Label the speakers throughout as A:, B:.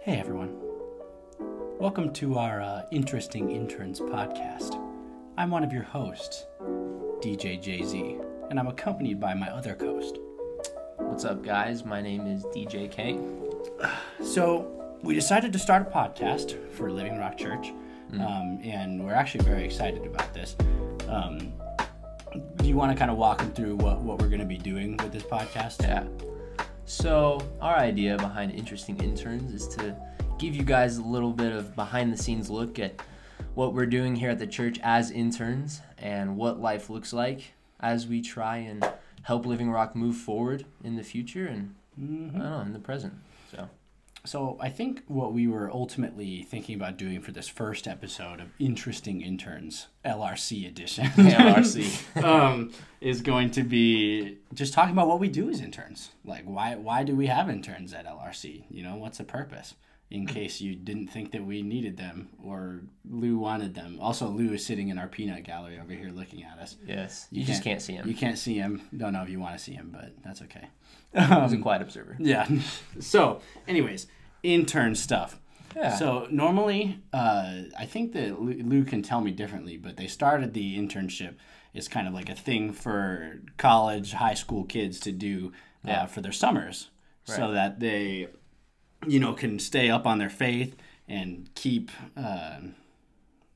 A: Hey everyone. Welcome to our uh, Interesting Interns podcast. I'm one of your hosts, DJ JZ, and I'm accompanied by my other host.
B: What's up, guys? My name is DJ K.
A: So, we decided to start a podcast for Living Rock Church, um, and we're actually very excited about this. Um, do you want to kind of walk them through what, what we're going to be doing with this podcast?
B: Yeah. So, our idea behind Interesting Interns is to give you guys a little bit of behind the scenes look at what we're doing here at the church as interns and what life looks like as we try and help Living Rock move forward in the future and I don't know, in the present. So,
A: So I think what we were ultimately thinking about doing for this first episode of Interesting Interns LRC edition
B: LRC.
A: um, is going to be just talking about what we do as interns. Like why why do we have interns at LRC? You know, what's the purpose? In case you didn't think that we needed them or Lou wanted them. Also Lou is sitting in our peanut gallery over here looking at us.
B: yes, you, just can't see him.
A: You can't see him. Don't know if you want to see him, but that's okay.
B: He's a quiet observer.
A: Yeah. So, anyways, intern stuff.
B: Yeah.
A: So normally, uh, I think that Lou Lou can tell me differently, but they started the internship is kind of like a thing for college, high school kids to do uh, for their summers, so that they, you know, can stay up on their faith and keep. Uh, how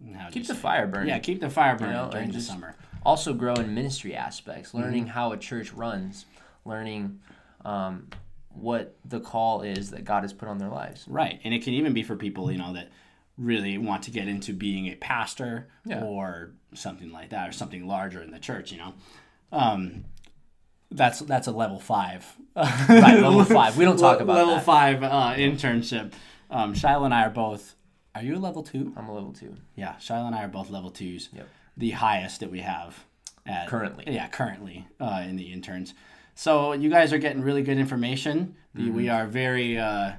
A: do you
B: Keep the
A: say it?
B: fire burning.
A: Yeah, keep the fire burning
B: know,
A: during
B: and
A: the
B: just-
A: summer.
B: also grow in ministry aspects, learning how a church runs, learning um, what the call is that God has put on their lives.
A: Right. And it can even be for people, you know, that really want to get into being a pastor
B: Yeah.
A: or something like that or something larger in the church, you know. Um that's that's a level 5.
B: Right, level five. We don't talk about
A: level
B: that.
A: 5 uh, internship. Um Shiloh and I are both Are you a level 2?
B: I'm a level two.
A: Yeah, Shiloh and I are both level 2s.
B: Yep.
A: The highest that we have at
B: Currently.
A: yeah, currently uh, in the interns. So you guys are getting really good information. The-
B: Mm-hmm.
A: We are very uh,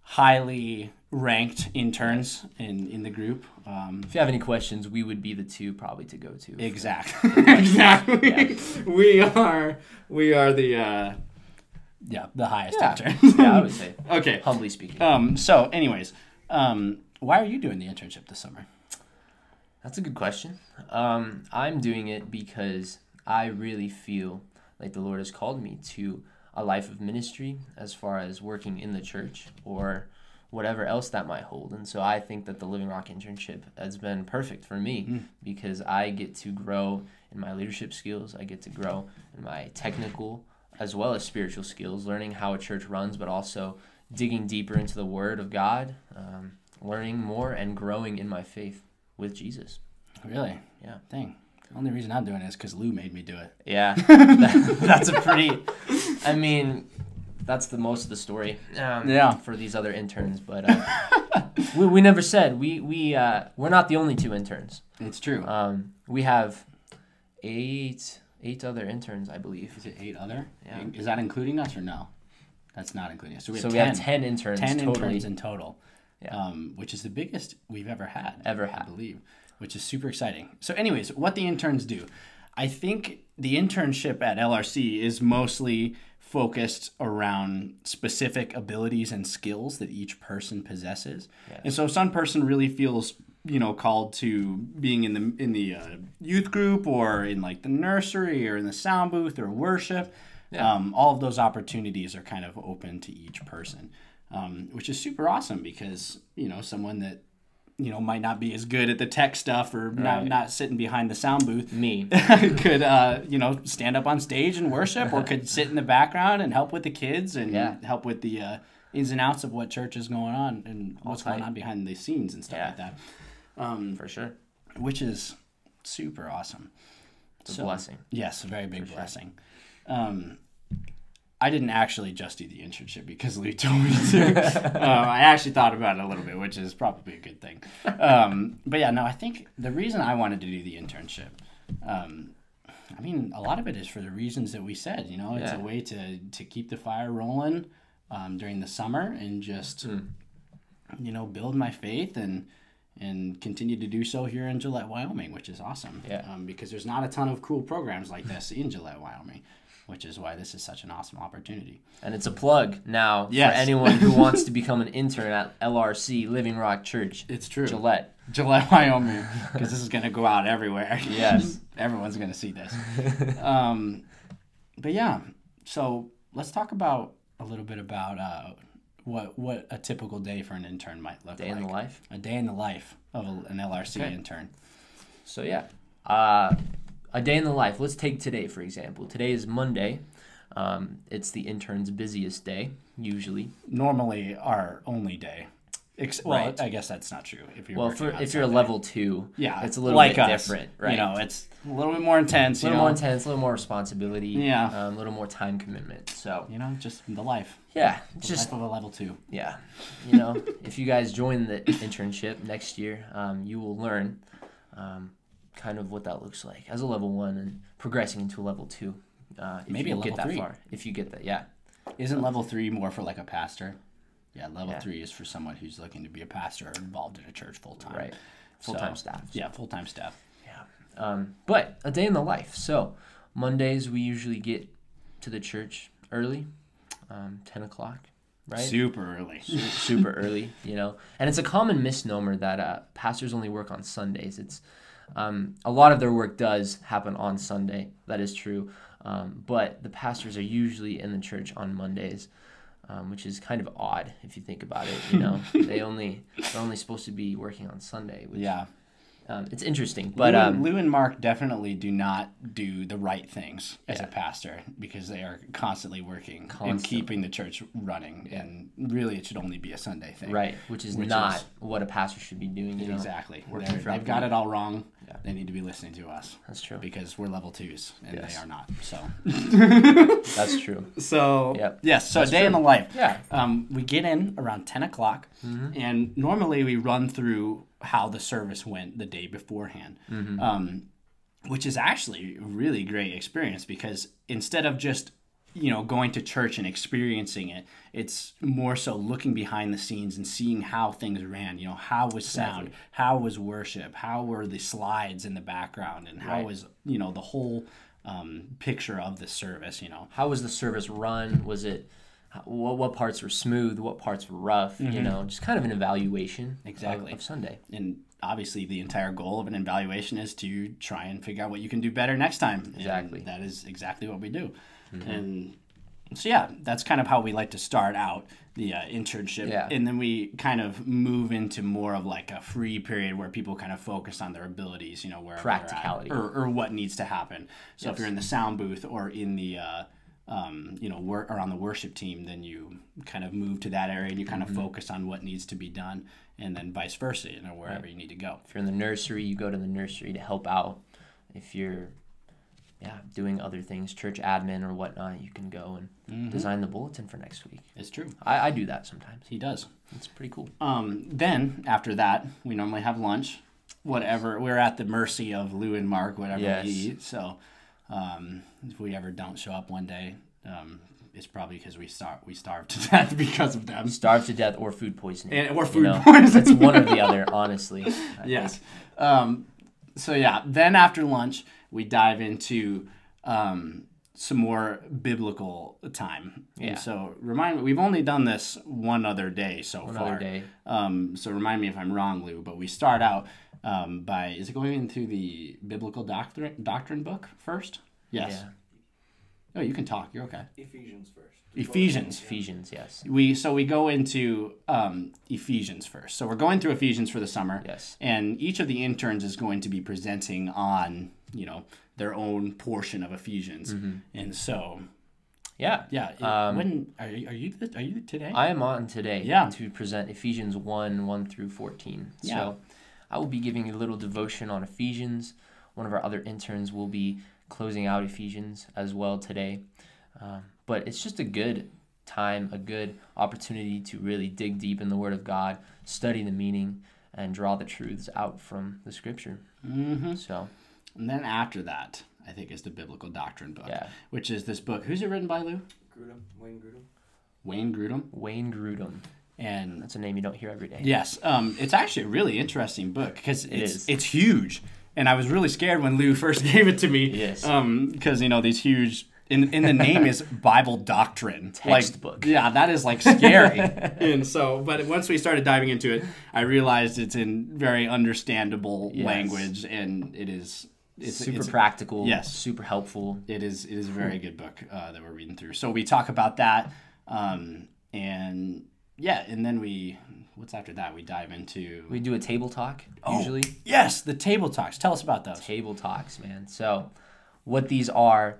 A: highly ranked interns in, in the group. Um,
B: If you have any questions, we would be the two probably to go to.
A: exactly. exactly. We are we are the uh, yeah the highest
B: Yeah.
A: interns.
B: yeah, I would say,
A: okay.
B: humbly speaking.
A: Um, so, anyways, um, why are you doing the internship this summer?
B: That's a good question. Um, I'm doing it because I really feel like the Lord has called me to a life of ministry as far as working in the church or whatever else that might hold. And so I think that the Living Rock internship has been perfect for me because I get to grow in my leadership skills, I get to grow in my technical as well as spiritual skills, learning how a church runs, but also digging deeper into the Word of God, um, learning more and growing in my faith with Jesus.
A: Really?
B: Yeah.
A: Dang. The only reason I'm doing it is because Lou made me do it.
B: Yeah, That- that's a pretty. I mean, that's the most of the story. Um,
A: Yeah.
B: For these other interns, but uh, we, we never said we we uh, we're not the only two interns.
A: It's true.
B: Um, we have eight eight other interns, I believe.
A: Is it eight other?
B: Yeah.
A: Is that including us or no? That's not including us. So we have,
B: So we
A: 10,
B: have ten interns
A: 10
B: totally.
A: interns in total,
B: Yeah.
A: um, which is the biggest we've ever had.
B: Ever
A: I
B: had.
A: believe, which is super exciting. So, anyways, what the interns do. I think the internship at LRC is mostly focused around specific abilities and skills that each person possesses. And so, if some person really feels you know called to being in the in the uh, youth group or in like the nursery or in the sound booth or worship um, all of those opportunities are kind of open to each person um, which is super awesome because you know someone that you know might not be as good at the tech stuff or not,
B: Right. Mm.
A: not sitting behind the sound booth
B: Me.
A: could uh, you know stand up on stage and worship or could sit in the background and help with the kids and
B: Yeah.
A: help with the uh, ins and outs of what church is going on and what's going
B: tight.
A: on behind the scenes and stuff
B: Yeah.
A: like that
B: for sure.
A: which is super awesome
B: It's a blessing.
A: yes a very big blessing um, I didn't actually just do the internship because Lou told me to. uh, I actually thought about it a little bit, which is probably a good thing. Um, but yeah, no, I think the reason I wanted to do the internship, um, I mean, a lot of it is for the reasons that we said. You know, it's a
B: Yeah.
A: way to to keep the fire rolling um, during the summer and just you know build my faith and and continue to do so here in Gillette, Wyoming, which is awesome.
B: Yeah.
A: Um, because there's not a ton of cool programs like this in Gillette, Wyoming. which is why this is such an awesome opportunity.
B: And it's a plug now
A: Yes.
B: for anyone who wants to become an intern at LRC Living Rock Church,
A: It's true.
B: Gillette.
A: Gillette, Wyoming, because this is going to go out everywhere.
B: Yes.
A: Everyone's going to see this. Um, but yeah, so let's talk about a little bit about uh, what what a typical day for an intern might look
B: Day
A: like.
B: in the life.
A: A day in the life of a, an LRC
B: Okay.
A: intern.
B: So yeah, uh, a day in the life. Let's take today for example. Today is Monday. Um, it's the intern's busiest day usually.
A: Normally, our only day. Ex- well,
B: Right.
A: I guess that's not true. If you're
B: Well,
A: working
B: for,
A: on
B: if you're a
A: Sunday.
B: level two,
A: yeah,
B: it's a little
A: like
B: bit
A: us,
B: different, right?
A: You know, it's a little bit more intense.
B: a little
A: you know?
B: more intense, a little more responsibility,
A: Yeah.
B: um, a little more time commitment. So
A: You know, just the life,
B: yeah,
A: the
B: just
A: life of a level two.
B: yeah you know if you guys join the internship next year um, you will learn um, kind of what that looks like as a level one and progressing into a level two uh, if
A: Maybe a
B: you
A: level
B: get that
A: three.
B: far if you get that yeah
A: Isn't level three more for like a pastor? Yeah, level
B: Yeah.
A: three is for someone who's looking to be a pastor or involved in a church full time.
B: right full-time
A: So,
B: staff
A: Yeah, full time staff.
B: yeah um, but a day in the life so mondays we usually get to the church early um, 10 o'clock right
A: Super early.
B: su- super early, you know. And it's a common misnomer that uh, pastors only work on Sundays. It's um, a lot of their work does happen on Sunday. That is true, um, but the pastors are usually in the church on Mondays, um, which is kind of odd if you think about it. You know, they only they're only supposed to be working on Sunday. Which,
A: Yeah,
B: um, it's interesting, but
A: Lou,
B: um,
A: Lou and Mark definitely do not do the right things as a pastor because they are constantly working and
B: Constantly.
A: keeping the church running. And really, it should only be a Sunday thing.
B: right, which is
A: Which
B: not
A: is-
B: what a pastor should be doing. You know,
A: Exactly.
B: Working
A: They're-
B: throughout
A: They've
B: the
A: got
B: week.
A: it all wrong.
B: Yeah.
A: They need to be listening to us
B: that's true.
A: because we're level twos and
B: Yes.
A: they are not. So,
B: That's true.
A: so
B: Yep.
A: yes. So, a day in the life.
B: Yeah. Mm-hmm.
A: Um, we get in around 10 o'clock, and normally we run through how the service went the day beforehand,
B: Mm-hmm.
A: um, which is actually a really great experience because instead of just you know going to church and experiencing it it's more so looking behind the scenes and seeing how things ran you know how was sound how was worship how were the slides in the background and how
B: Right.
A: was you know the whole um, picture of the service you know
B: how was the service run was it what, what parts were smooth what parts were rough you know just kind of an evaluation of-
A: Mm-hmm. Exactly.
B: of, sunday
A: and obviously the entire goal of an evaluation is to try and figure out what you can do better next time And
B: Exactly.
A: that is exactly what we do and so yeah that's kind of how we like to start out the uh, internship
B: Yeah.
A: and then we kind of move into more of like a free period where people kind of focus on their abilities you know where
B: Practicality.
A: or, or what needs to happen so if you're in the sound booth or in the uh, um, you know, wor- or on the worship team, then you kind of move to that area and you kind
B: Mm-hmm.
A: of focus on what needs to be done, and then vice versa, you know, wherever you need to go.
B: if you're in the nursery you go to the nursery to help out if you're yeah doing other things church admin or whatnot you can go and
A: Mm-hmm.
B: design the bulletin for next week
A: It's true.
B: I, I do that sometimes
A: He does.
B: it's pretty cool
A: Um, then after that, we normally have lunch. Whatever we're at the mercy of Lou and Mark, whatever
B: Yes.
A: we eat. So um, if we ever don't show up one day, um, it's probably because we star- we starved to death because of them.
B: starved to death or food poisoning
A: And, or food
B: you know?
A: poisoning.
B: it's one or the other honestly I
A: yes. Um, so yeah, then after lunch we dive into um, some more biblical time.
B: Yeah.
A: And so remind me, we've only done this one other day so
B: think.
A: far.
B: another day
A: Um, so remind me if I'm wrong, Lou. But we start out um, by is it going into the biblical doctrine doctrine book first? Yes.
B: yeah
A: Oh, you can talk. You're okay.
C: Ephesians first.
A: Ephesians.
B: ephesians yes
A: We so we go into um, Ephesians first. So we're going through Ephesians for the summer
B: yes
A: and each of the interns is going to be presenting on you know their own portion of Ephesians, and so
B: yeah
A: yeah, it-
B: Mm-hmm. Um,
A: when are you are you, the, are you today?
B: I am on today
A: Yeah.
B: to present Ephesians 1 1 through 14.
A: Yeah.
B: So I will be giving a little devotion on Ephesians. One of our other interns will be closing out Ephesians as well today. Um, but it's just a good time, a good opportunity to really dig deep in the Word of God, study the meaning, and draw the truths out from the Scripture.
A: hmm
B: So,
A: And then after that, I think is the biblical doctrine book,
B: yeah.
A: which is this book. Who's it written by, Lou?
C: Grudem, Wayne Grudem.
A: Wayne Grudem,
B: Wayne Grudem.
A: and
B: That's a name you don't hear every day.
A: Yes, um, it's actually a really interesting book because it's
B: is.
A: it's huge, and I was really scared when Lou first gave it to me.
B: Yes.
A: because you know these huge in in the name is Bible doctrine.
B: Textbook.
A: Like, yeah, that is like scary. and so, but once we started diving into it, I realized it's in very understandable
B: Yes.
A: language, and it is it's
B: super
A: it's-
B: practical.
A: yes.
B: Super helpful.
A: it is it is a very good book uh, that we're reading through. So we talk about that, um, and yeah, and then we what's after that? We dive into
B: We do a table talk usually.
A: yes the table talks. Tell us about those.
B: Table talks, man. So, what these are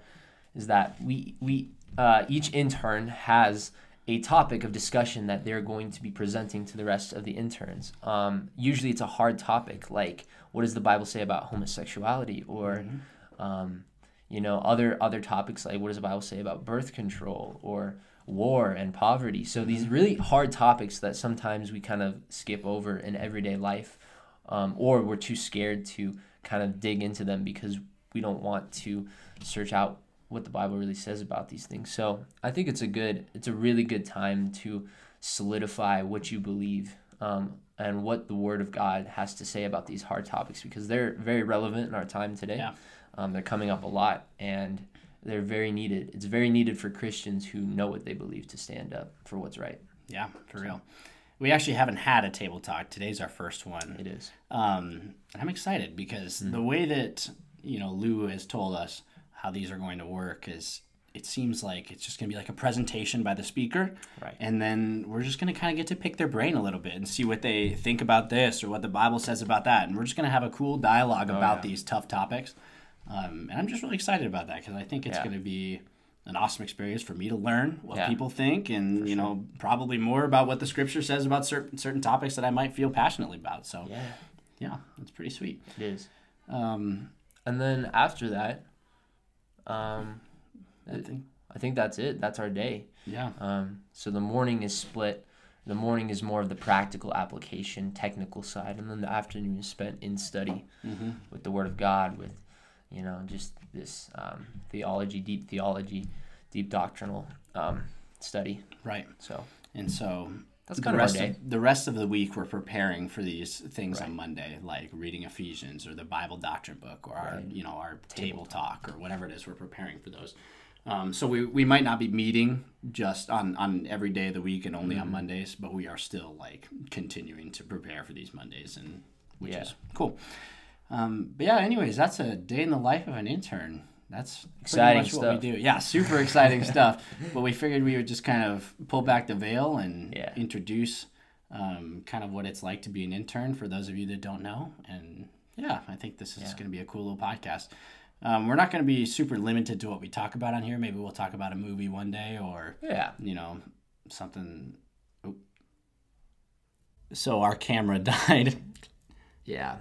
B: is that we we uh, each intern has a topic of discussion that they're going to be presenting to the rest of the interns. Um, usually, it's a hard topic like what does the Bible say about homosexuality or um, you know other other topics like what does the bible say about birth control or war and poverty so these really hard topics that sometimes we kind of skip over in everyday life um, or we're too scared to kind of dig into them because we don't want to search out what the bible really says about these things so i think it's a good it's a really good time to solidify what you believe um, and what the word of god has to say about these hard topics because they're very relevant in our time today
A: Yeah.
B: um, they're coming up a lot, and they're very needed. It's very needed for Christians who know what they believe to stand up for what's right.
A: Yeah, for real. We actually haven't had a table talk. Today's our first one.
B: It is.
A: Um, and I'm excited because
B: Mm-hmm.
A: the way that you know Lou has told us how these are going to work is it seems like it's just going to be like a presentation by the speaker,
B: Right.
A: And then we're just going to kind of get to pick their brain a little bit and see what they think about this or what the Bible says about that, and we're just going to have a cool dialogue about
B: Oh, yeah.
A: these tough topics. Um, and I'm just really excited about that because I think it's
B: Yeah.
A: going to be an awesome experience for me to learn what
B: Yeah.
A: people think and you know probably more about what the scripture says about certain certain topics that I might feel passionately about. So
B: Yeah,
A: yeah, that's pretty sweet.
B: it is.
A: Um,
B: And then after that, um,
A: I think,
B: I think that's it. That's our day.
A: yeah,
B: Um, so the morning is split. The morning is more of the practical application, technical side, and then the afternoon is spent in study with the Word of God, with you know just this um, theology, deep theology, deep doctrinal um, study.
A: right.
B: So
A: And so
B: that's eh?
A: the
B: kind of our
A: rest
B: day.
A: of the rest of the week we're preparing for these things on Monday, like reading Ephesians or the Bible doctrine book or our you know our table, talk or whatever it is we're preparing for those. Um, so we, we might not be meeting just on, on every day of the week and only
B: Mm-hmm.
A: on Mondays, but we are still like continuing to prepare for these Mondays and which
B: Yeah.
A: is cool. Um, but yeah, anyways, that's a day in the life of an intern. That's pretty
B: Exciting
A: much
B: stuff.
A: What we do. Yeah, super exciting stuff. But we figured we would just kind of pull back the veil and
B: Yeah.
A: introduce um, kind of what it's like to be an intern for those of you that don't know. And yeah, I think this is
B: Yeah.
A: going to be a cool little podcast. Um, we're not going to be super limited to what we talk about on here. Maybe we'll talk about a movie one day or
B: Yeah.
A: you know, something. oop. So our camera died,
B: Yeah.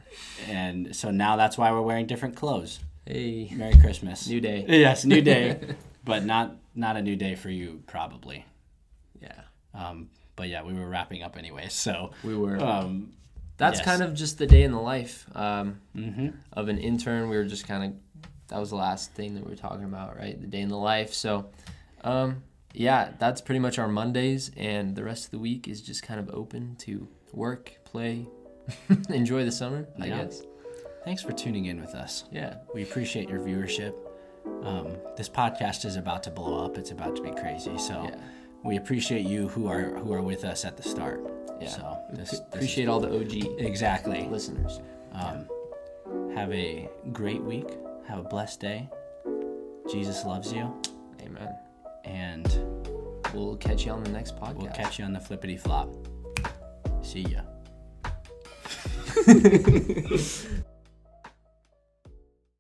A: and so now that's why we're wearing different clothes.
B: Hey.
A: Merry Christmas.
B: New day.
A: Yes, new day, but not not a new day for you probably.
B: Yeah.
A: Um, but yeah, we were wrapping up anyway, so
B: We were.
A: um,
B: That's
A: yes.
B: kind of just the day in the life um,
A: mm-hmm.
B: of an intern. We were just kind of. That was the last thing that we were talking about, right? The day in the life. So, um, yeah, that's pretty much our Mondays, and the rest of the week is just kind of open to work, play, enjoy the summer. I
A: Yeah.
B: guess.
A: thanks for tuning in with us.
B: Yeah.
A: We appreciate your viewership. Um, this podcast is about to blow up. It's about to be crazy. So
B: Yeah.
A: we appreciate you who are who are with us at the start.
B: Yeah.
A: So this, this is-
B: Appreciate all the OG
A: exactly.
B: listeners.
A: Um, have a great week. Have a blessed day. Jesus loves you,
B: Amen.
A: and
B: We'll catch you on the next podcast.
A: we'll catch you on the flippity flop. See ya.